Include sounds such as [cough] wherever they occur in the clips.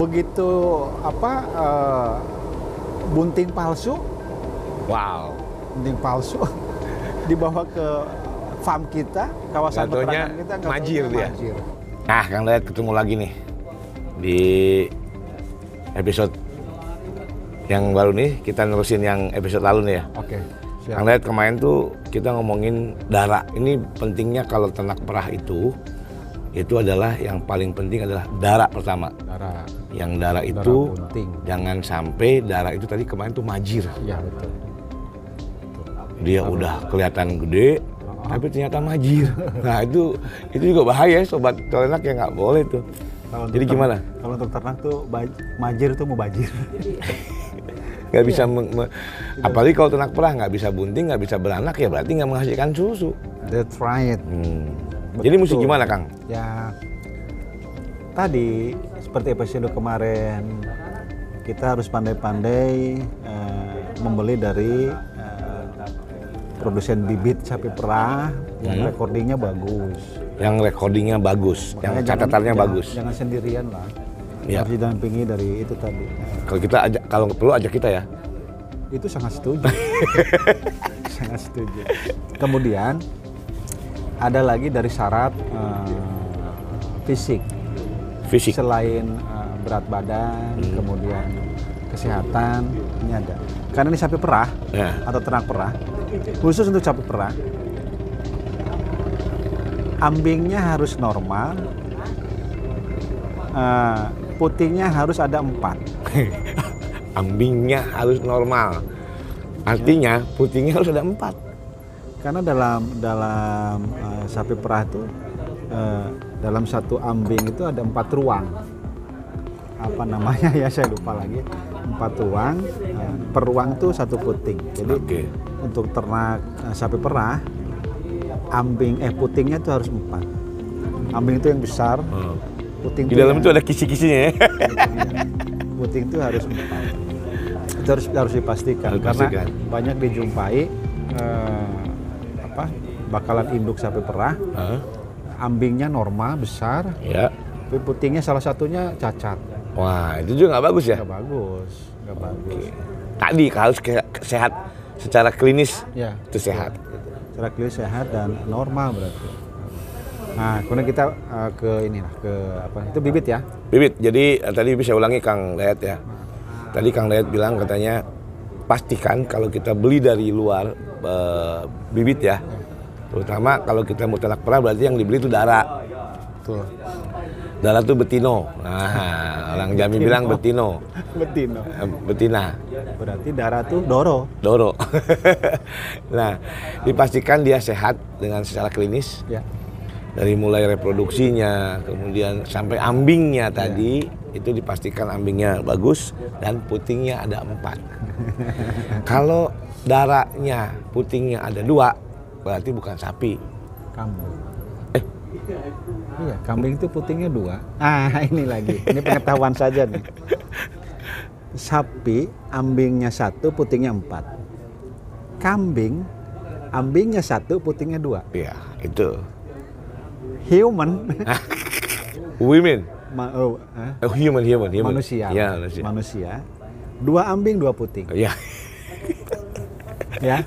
begitu apa eh, bunting palsu Wow. bunting palsu [laughs] dibawa ke farm kita kawasan Nggak taunya peternakan kita nggak majir taunya dia. Nah, Kang Dayat ketemu lagi nih di episode yang baru nih kita nerusin yang episode lalu nih ya. oke siap. Kang Dayat kemarin tuh kita ngomongin darah. Ini pentingnya kalau ternak perah itu itu adalah yang paling penting adalah darah pertama. darah Yang darah darah itu bunting jangan sampai darah itu tadi kemarin tuh majir. ya betul Dia udah kelihatan gede tapi ternyata majir. Nah, itu itu juga bahaya sobat ternak ya nggak boleh tuh. Kalau untuk Jadi ter- gimana? kalau untuk ternak tuh baj- majir tuh mau [laughs] bajir nggak bisa Iya. meng- me- apalagi kalau ternak perah nggak bisa bunting nggak bisa beranak ya berarti nggak menghasilkan susu that's right Hmm. jadi mesti Betul. gimana kang ya tadi seperti episode kemarin kita harus pandai-pandai eh, membeli dari eh, produsen bibit sapi perah yang recordingnya bagus yang recordingnya bagus Hmm. yang Makanya jangan- catatannya jangan- bagus jangan sendirian lah Ya. harus didampingi dari itu tadi Nah, kalau kita ajak kalau perlu ajak kita ya itu sangat [laughs] setuju sangat setuju kemudian ada lagi dari syarat eh, fisik fisik selain uh, berat badan kemudian kesehatan ini ada karena ini sapi perah Ya. atau ternak perah khusus untuk sapi perah ambingnya harus normal eh, putihnya harus ada empat ambingnya harus normal Iya. artinya putingnya harus ada empat karena dalam dalam eh, sapi perah itu eh, dalam satu ambing itu ada empat ruang apa namanya ya saya lupa lagi empat ruang eh, per ruang tuh satu puting jadi Oke. untuk ternak eh, sapi perah ambing eh putingnya itu harus empat ambing itu yang besar puting di tuh dalam yang- itu ada [laughs] kisi-kisinya ya puting itu harus empat. Itu harus harus dipastikan Harus karena dipastikan. banyak dijumpai eh, apa bakalan induk sapi perah Hah? ambingnya normal besar ya tapi putingnya salah satunya cacat wah itu juga nggak bagus ya nggak bagus nggak bagus tadi harus ke- sehat secara klinis ya itu sehat secara klinis sehat dan normal berarti nah kemudian kita eh, ke inilah ke apa itu bibit ya Bibit, jadi eh, tadi bisa ulangi Kang Dayat ya. Tadi Kang Dayat bilang katanya pastikan kalau kita beli dari luar eh, bibit ya. Terutama kalau kita mau ternak perah berarti yang dibeli itu darah. [laughs] tuh Darah itu betino. Nah, orang Jambi bilang betino. betino Eh, Betina, berarti darah tuh doro doro. [laughs] nah, dipastikan dia sehat dengan secara klinis ya dari mulai reproduksinya, kemudian sampai ambingnya Iya. tadi itu dipastikan ambingnya bagus dan putingnya ada empat. [laughs] Kalau darahnya putingnya ada dua, berarti bukan sapi. Kambing. Eh. Iya, kambing itu putingnya dua. Ah, [laughs] ini lagi. Ini pengetahuan saja nih. Sapi ambingnya satu, putingnya empat. Kambing ambingnya satu, putingnya dua. Ya itu. Human [laughs] Women, ma- oh, eh, Eh, human, human, human. Iya, manusia, Ya manusia. manusia. Dua ambing, dua puting. [laughs] ya. Ya,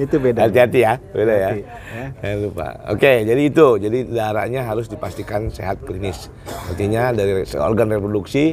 itu beda. Hati-hati ya, beda ya. Hati, ya. Jangan lupa. Oke, jadi itu. Jadi darahnya harus dipastikan sehat klinis. Artinya dari organ reproduksi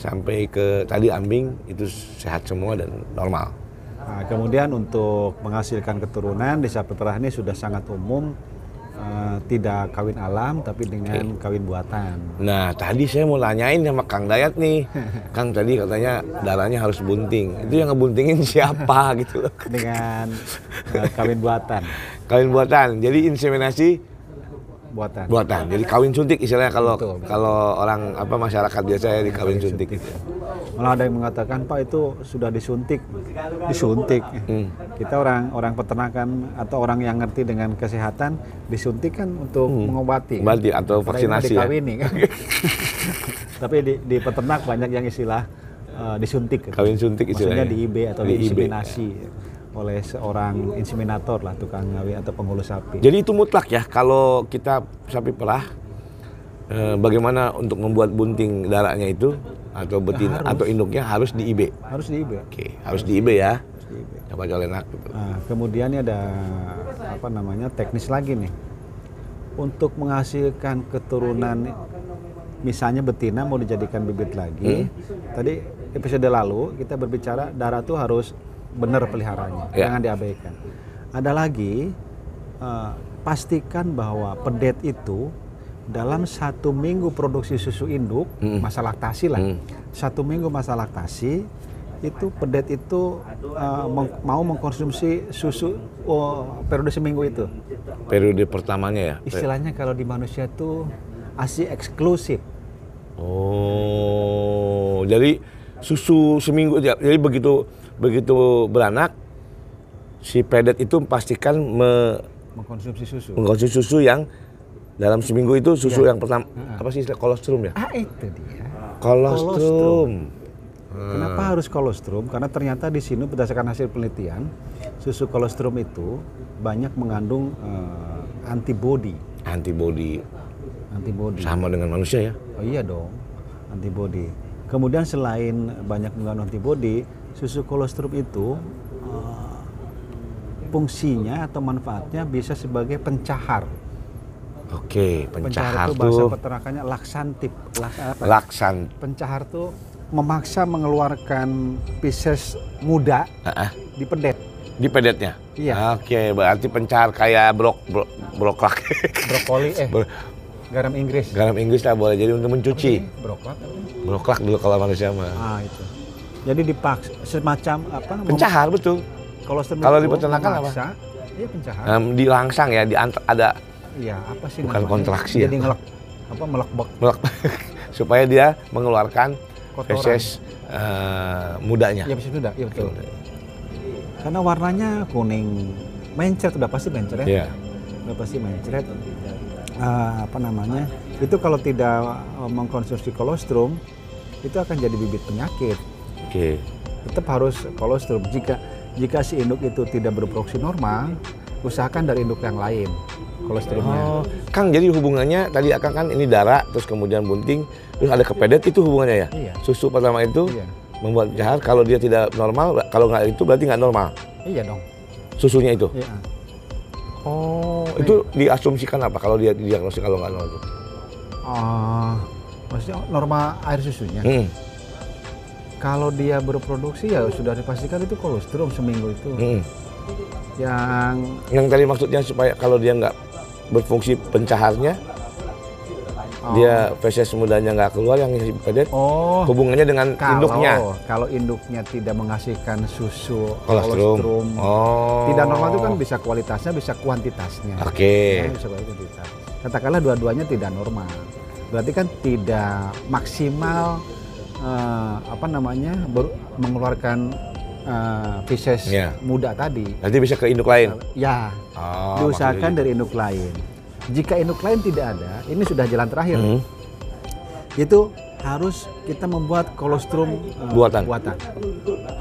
sampai ke tadi ambing itu sehat semua dan normal. Nah, kemudian untuk menghasilkan keturunan di sapi perah ini sudah sangat umum eh, tidak kawin alam tapi dengan kawin buatan. Nah, tadi saya mau nanyain sama Kang Dayat [laughs] nih. Kang tadi katanya darahnya harus bunting. Itu yang ngebuntingin siapa [laughs] gitu loh. Dengan eh, kawin buatan. Kawin buatan. Jadi inseminasi buatan. buatan. Jadi kawin suntik istilahnya kalau Betul. kalau orang apa masyarakat biasa ya dikawin suntik. Malah ada yang mengatakan Pak itu sudah disuntik, disuntik. Hmm. Kita orang orang peternakan atau orang yang ngerti dengan kesehatan disuntik kan untuk mengobati. kan? Mengobati Hmm. atau Karena vaksinasi ini ya? dikawini, kan? [laughs] Tapi di, di peternak banyak yang istilah eh, disuntik. kan? Kawin suntik Maksudnya istilahnya. di IB atau Gitu ya. Di IB, diinseminasi oleh seorang inseminator lah tukang ngawi atau pengurus sapi. Jadi itu mutlak ya kalau kita sapi perah eh, bagaimana untuk membuat bunting darahnya itu atau betina atau induknya harus di IB. Harus di IB. Oke, harus di IB ya. Harus di IB. Coba colenak gitu. Nah, kemudian ini ada apa namanya teknis lagi nih. Untuk menghasilkan keturunan misalnya betina mau dijadikan bibit lagi. Tadi episode lalu kita berbicara darah tuh harus benar peliharaannya, Ya. jangan diabaikan. Ada lagi eh, pastikan bahwa pedet itu dalam satu minggu produksi susu induk Hmm. masa laktasi lah satu minggu masa laktasi itu pedet itu uh, meng- mau mengkonsumsi susu oh, periode seminggu itu Periode pertamanya ya. istilahnya kalau di manusia itu asi eksklusif Oh, jadi susu seminggu ya. Jadi begitu begitu beranak si pedet itu pastikan me- mengkonsumsi susu mengkonsumsi susu yang dalam seminggu itu susu yang pertama apa sih istilah kolostrum ya? ah itu dia Kolostrum. Kenapa harus kolostrum? Karena ternyata di sini berdasarkan hasil penelitian susu kolostrum itu banyak mengandung eh, antibodi, Antibody antibodi. sama dengan manusia ya. Oh iya dong, antibodi. Kemudian selain banyak mengandung antibodi, susu kolostrum itu eh, fungsinya atau manfaatnya bisa sebagai pencahar. Oke, pencahar itu bahasa tuh peternakannya laksantif. Lak- apa? laksan. pencahar tuh memaksa mengeluarkan Pisces muda Ah, ah, di pedet. Di pedetnya. Iya. Oke, berarti pencahar kayak brok brok [laughs] broklak. Brokoli eh Bro- garam Inggris. Garam Inggris lah boleh jadi untuk mencuci. Broklak. Broklak dulu kalau manusia mah. Ah itu. Jadi dipaksa semacam apa? mem- Pencahar betul. Kolostrum Kalau itu di peternakan apa? memaksa- Iya pencahar. Em, di langsang ya, di ant- ada Iya, apa sih Bukan namanya? kontraksi Jadi ya? ngelek apa melekbek melek [laughs] supaya dia mengeluarkan Kotoran. feses eh, mudanya. ya bisa sudah ya betul karena warnanya kuning mencret udah pasti mencret Iya. udah pasti mencret Eh, apa namanya itu kalau tidak eh, mengkonsumsi kolostrum itu akan jadi bibit penyakit Oke. tetap harus kolostrum jika jika si induk itu tidak berproduksi normal usahakan dari induk yang lain kolesterolnya Oh, Kang, jadi hubungannya tadi Akang kan ini darah, terus kemudian bunting, terus ada kepedet itu hubungannya ya? Iya. Susu pertama itu Iya. membuat jahat. Kalau dia tidak normal, kalau nggak itu berarti nggak normal iya dong susunya itu. iya Oh, itu diasumsikan apa kalau dia diagnosis kalau nggak normal? itu? Iya. Ah, maksudnya norma air susunya Hmm. Kalau dia berproduksi ya sudah dipastikan itu kolostrum seminggu itu. hmm. Yang Yang tadi maksudnya supaya kalau dia nggak berfungsi pencaharnya, Oh. dia feses mudanya nggak keluar yang isi pedet, oh hubungannya dengan kalau induknya. kalau induknya tidak menghasilkan susu Kolostrum. kolostrum, Oh. tidak normal itu kan bisa kualitasnya bisa kuantitasnya. Oke. Ya, bisa banyak kuantitas. Katakanlah dua-duanya tidak normal. Berarti kan tidak maksimal eh, apa namanya ber- mengeluarkan eh, feses Iya. muda tadi. Nanti bisa ke induk lain. Ya, Oh, diusahakan dari induk lain. Jika induk lain tidak ada, ini sudah jalan terakhir. Hmm. Itu harus kita membuat kolostrum eh, Buatan. Ya.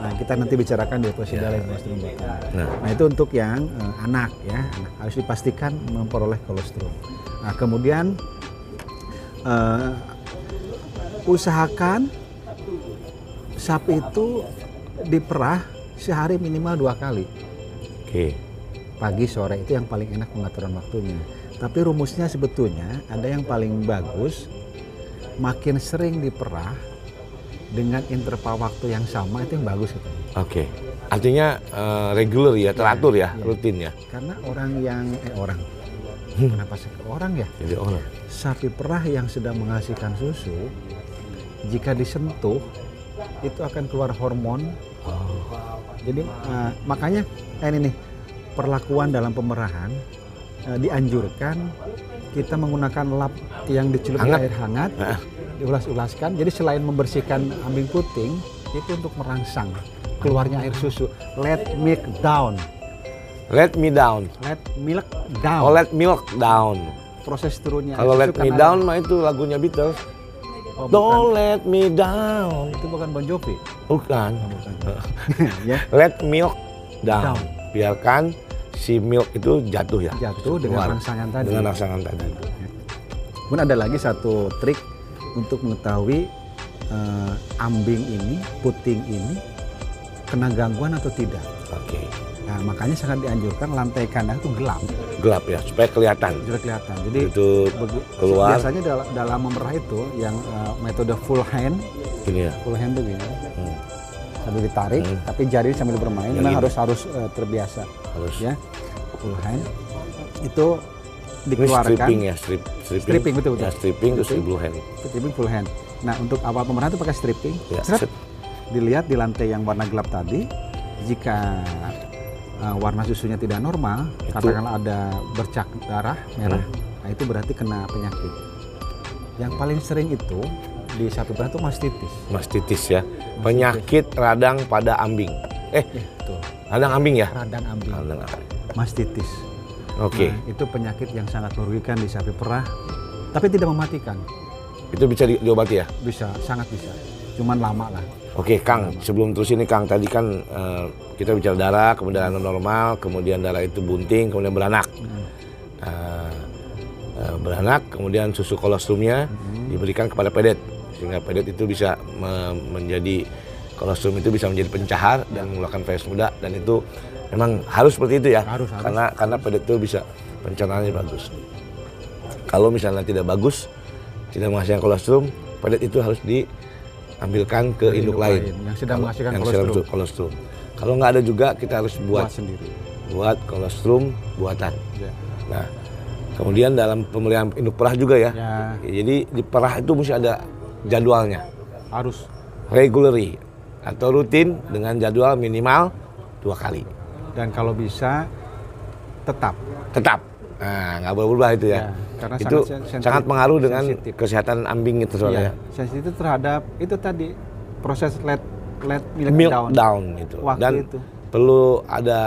Nah, kita nanti bicarakan di episode lain kolostrum buatan. Nah. Nah. itu untuk yang eh, anak ya, anak harus dipastikan memperoleh kolostrum. Nah, kemudian eh, usahakan sapi itu diperah sehari minimal dua kali Oke. pagi sore itu yang paling enak pengaturan waktunya. Tapi rumusnya sebetulnya ada yang paling bagus makin sering diperah dengan interval waktu yang sama itu yang bagus katanya. Oke. Artinya eh, regular ya, teratur ya, Iya. rutin ya. Karena orang yang eh orang kenapa sih orang ya Jadi oh, nah. orang. sapi perah yang sedang menghasilkan susu jika disentuh itu akan keluar hormon. Oh. Jadi eh, makanya eh, ini nih perlakuan dalam pemerahan eh, dianjurkan kita menggunakan lap yang dicelup di Hangat. air hangat, Heeh. diulas-ulaskan. Jadi selain membersihkan ambing puting, itu untuk merangsang keluarnya air susu. Let milk down, Let me down. let milk down. Ya, Oh, let milk down. Proses turunnya. air Kalau let susu me karena- down mah itu lagunya Beatles. Oh, bukan. Don't let me down. Itu bukan Bon Jovi. Bukan. Oh, bukan. [laughs] ya, Let milk down. Down. Biarkan si milk itu jatuh ya. jatuh Keluar. dengan rangsangan tadi. Dengan rangsangan tadi. Kemudian ada lagi satu trik untuk mengetahui eh, ambing ini, puting ini kena gangguan atau tidak. Oke. Nah, makanya sangat dianjurkan lantai kandang itu gelap, Gelap ya supaya kelihatan. jadi kelihatan. Jadi Itu bagi- keluar. biasanya dal- dalam memerah itu yang eh, metode full hand, gini ya. full hand begini, Hmm, sambil ditarik, Hmm. tapi jari sambil bermain, Yang memang ini. harus harus eh, terbiasa, harus. ya full hand itu Ini stripping dikeluarkan, ya, strip, stripping. Stripping, betul, betul. Ya, stripping terus di Stripping. blue hand. stripping full hand. Nah untuk awal pemerah itu pakai stripping, Ya, Seret. strip. dilihat di lantai yang warna gelap tadi jika uh, warna susunya tidak normal Itu. Ya. katakanlah ada bercak darah merah nah itu berarti kena penyakit yang paling sering itu di sapi perah itu mastitis mastitis ya. Penyakit radang pada ambing. Eh, ya itu radang ambing ya? radang ambing Radang ambing. mastitis Oke, Nah, itu penyakit yang sangat merugikan di sapi perah tapi tidak mematikan Nah. itu bisa di- diobati ya? bisa sangat bisa cuman lama lah Oke, Kang, sebelum terus ini Kang, tadi kan eh, kita bicara darah, kemudian darah normal, kemudian darah itu bunting, kemudian beranak. Hmm. Eh, eh, beranak, kemudian susu kolostrumnya Hmm. diberikan kepada pedet. Sehingga pedet itu bisa me- menjadi, kolostrum itu bisa menjadi pencahar dan mengeluarkan fetus muda. Dan itu memang harus seperti itu ya. Harus, harus. Karena, karena pedet itu bisa pencernaannya bagus. Kalau misalnya tidak bagus, tidak menghasilkan kolostrum, pedet itu harus diambilkan ke induk, induk lain. lain yang sedang Kalau- menghasilkan yang sedang kolostrum. kolostrum. Kalau nggak ada juga kita harus buat buat sendiri buat kolostrum buatan. ya, Nah, kemudian dalam pemeliharaan induk perah juga Ya, ya. Ya, Jadi di perah itu mesti ada jadwalnya, harus regularly atau rutin dengan jadwal minimal dua kali. dan kalau bisa tetap Tetap. Nah, nggak boleh berubah itu ya. Ya, karena itu sangat sen- sangat, sensitif- pengaruh dengan sensitif. kesehatan ambing itu Iya, soalnya. sensitif terhadap itu tadi proses let let milk, Milk down. down, itu. Waktu Dan itu. perlu ada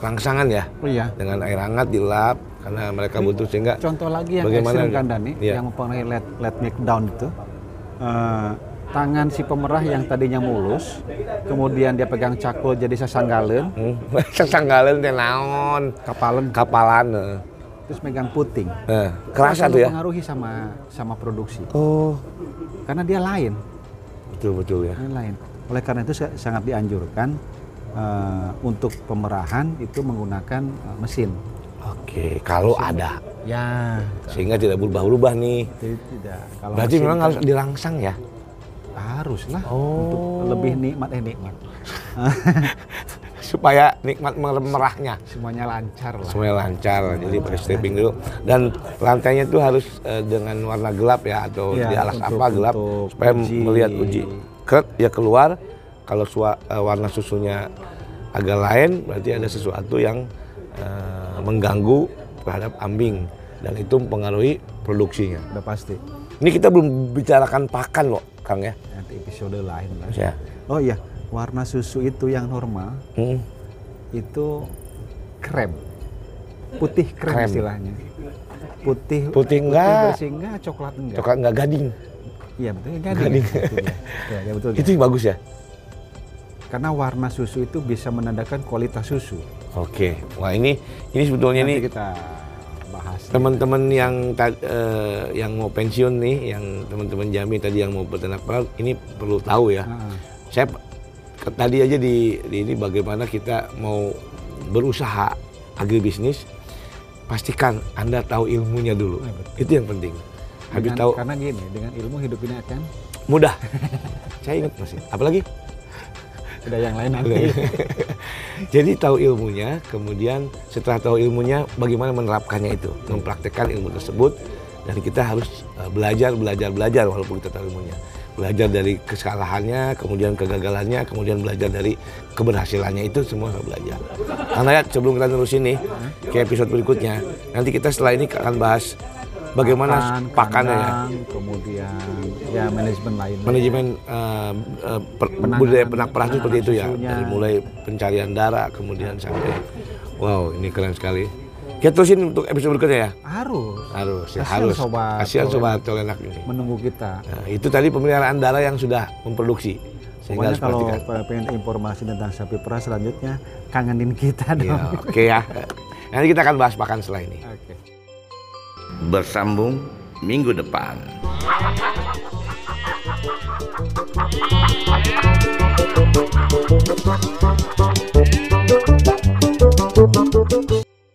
rangsangan ya Oh iya. dengan air hangat dilap karena mereka butuh sehingga Contoh lagi yang Bagaimana ekstrim nih? kan Dani, Iya. yang mempengaruhi let let milk down itu eh, tangan si pemerah yang tadinya mulus, kemudian dia pegang cakul jadi sasanggalen, hmm, [laughs] sesanggalen teh naon kapalan, kapalan eh. terus megang puting. Nah, kerasa Itu tuh ya. Mempengaruhi sama sama produksi, Oh, karena dia lain. betul betul ya. yang lain. Oleh karena itu sa- sangat dianjurkan eh, untuk pemerahan itu menggunakan eh, mesin. Oke, kalau ada Ya, sehingga tidak berubah-ubah nih. itu tidak. Kalau Berarti mesin memang kan harus dirangsang ya. [laughs] haruslah Oh. untuk lebih nikmat eh nikmat. [laughs] supaya nikmat mer- merahnya Semuanya lancar lah. semuanya lancar jadi pakai stripping dulu dan lantainya tuh harus eh, dengan warna gelap ya atau Iya, di alas untuk- apa gelap untuk supaya uji. melihat uji kret ya keluar kalau sua- eh, warna susunya agak lain berarti ada sesuatu yang eh, mengganggu terhadap ambing dan itu mempengaruhi produksinya Udah pasti. ini kita belum bicarakan pakan loh kang ya Nanti episode lain lah. ya Oh iya, warna susu itu yang normal Hmm. itu krem. Putih krem, Krem. istilahnya. Putih Putih enggak. bersih enggak, coklat enggak. coklat nggak gading Iya betul, gading. Gading. Itu dia. Ya, ya, betul. itu yang bagus ya Karena warna susu itu bisa menandakan kualitas susu. oke wah ini ini sebetulnya ini Nanti kita bahas. ya. teman-teman yang ta- eh, yang mau pensiun nih, yang teman-teman Jami tadi yang mau beternak perah, ini perlu tahu ya. Heeh. Saya p- ke- tadi aja di, di ini bagaimana kita mau berusaha agribisnis, pastikan anda tahu ilmunya dulu. Eh, betul. Itu yang penting. Habis Dengan- kan- tahu Karena gini, dengan ilmu hidup ini akan mudah. Saya ingat masih. Apalagi? ada yang lain nanti. Iya. [laughs] Jadi tahu ilmunya, kemudian setelah tahu ilmunya, bagaimana menerapkannya itu, mempraktekkan ilmu tersebut, dan kita harus eh, belajar, belajar, belajar walaupun kita tahu ilmunya. belajar dari kesalahannya, kemudian kegagalannya, kemudian belajar dari keberhasilannya itu semua saya belajar. Karena ya sebelum kita nerusin nih ke episode berikutnya, nanti kita setelah ini akan bahas bagaimana Pakan, pakannya ya. kandang, kemudian ya manajemen lain. manajemen eh, eh, per- budaya penak perah itu seperti itu ya susunya. dari mulai pencarian darah kemudian sampai wow ini keren sekali kita terusin untuk episode berikutnya ya Harus harus ya, Kasihan harus sobat kasihan Tolenak. sobat tolenak ini menunggu kita. Nah, itu tadi pemeliharaan darah yang sudah memproduksi Pokoknya sehingga harus kalau [laughs] perhatikan pengen informasi tentang sapi perah selanjutnya kangenin kita dong. [laughs] Iya, oke ya nanti kita akan bahas pakan setelah ini Oke. Bersambung minggu depan.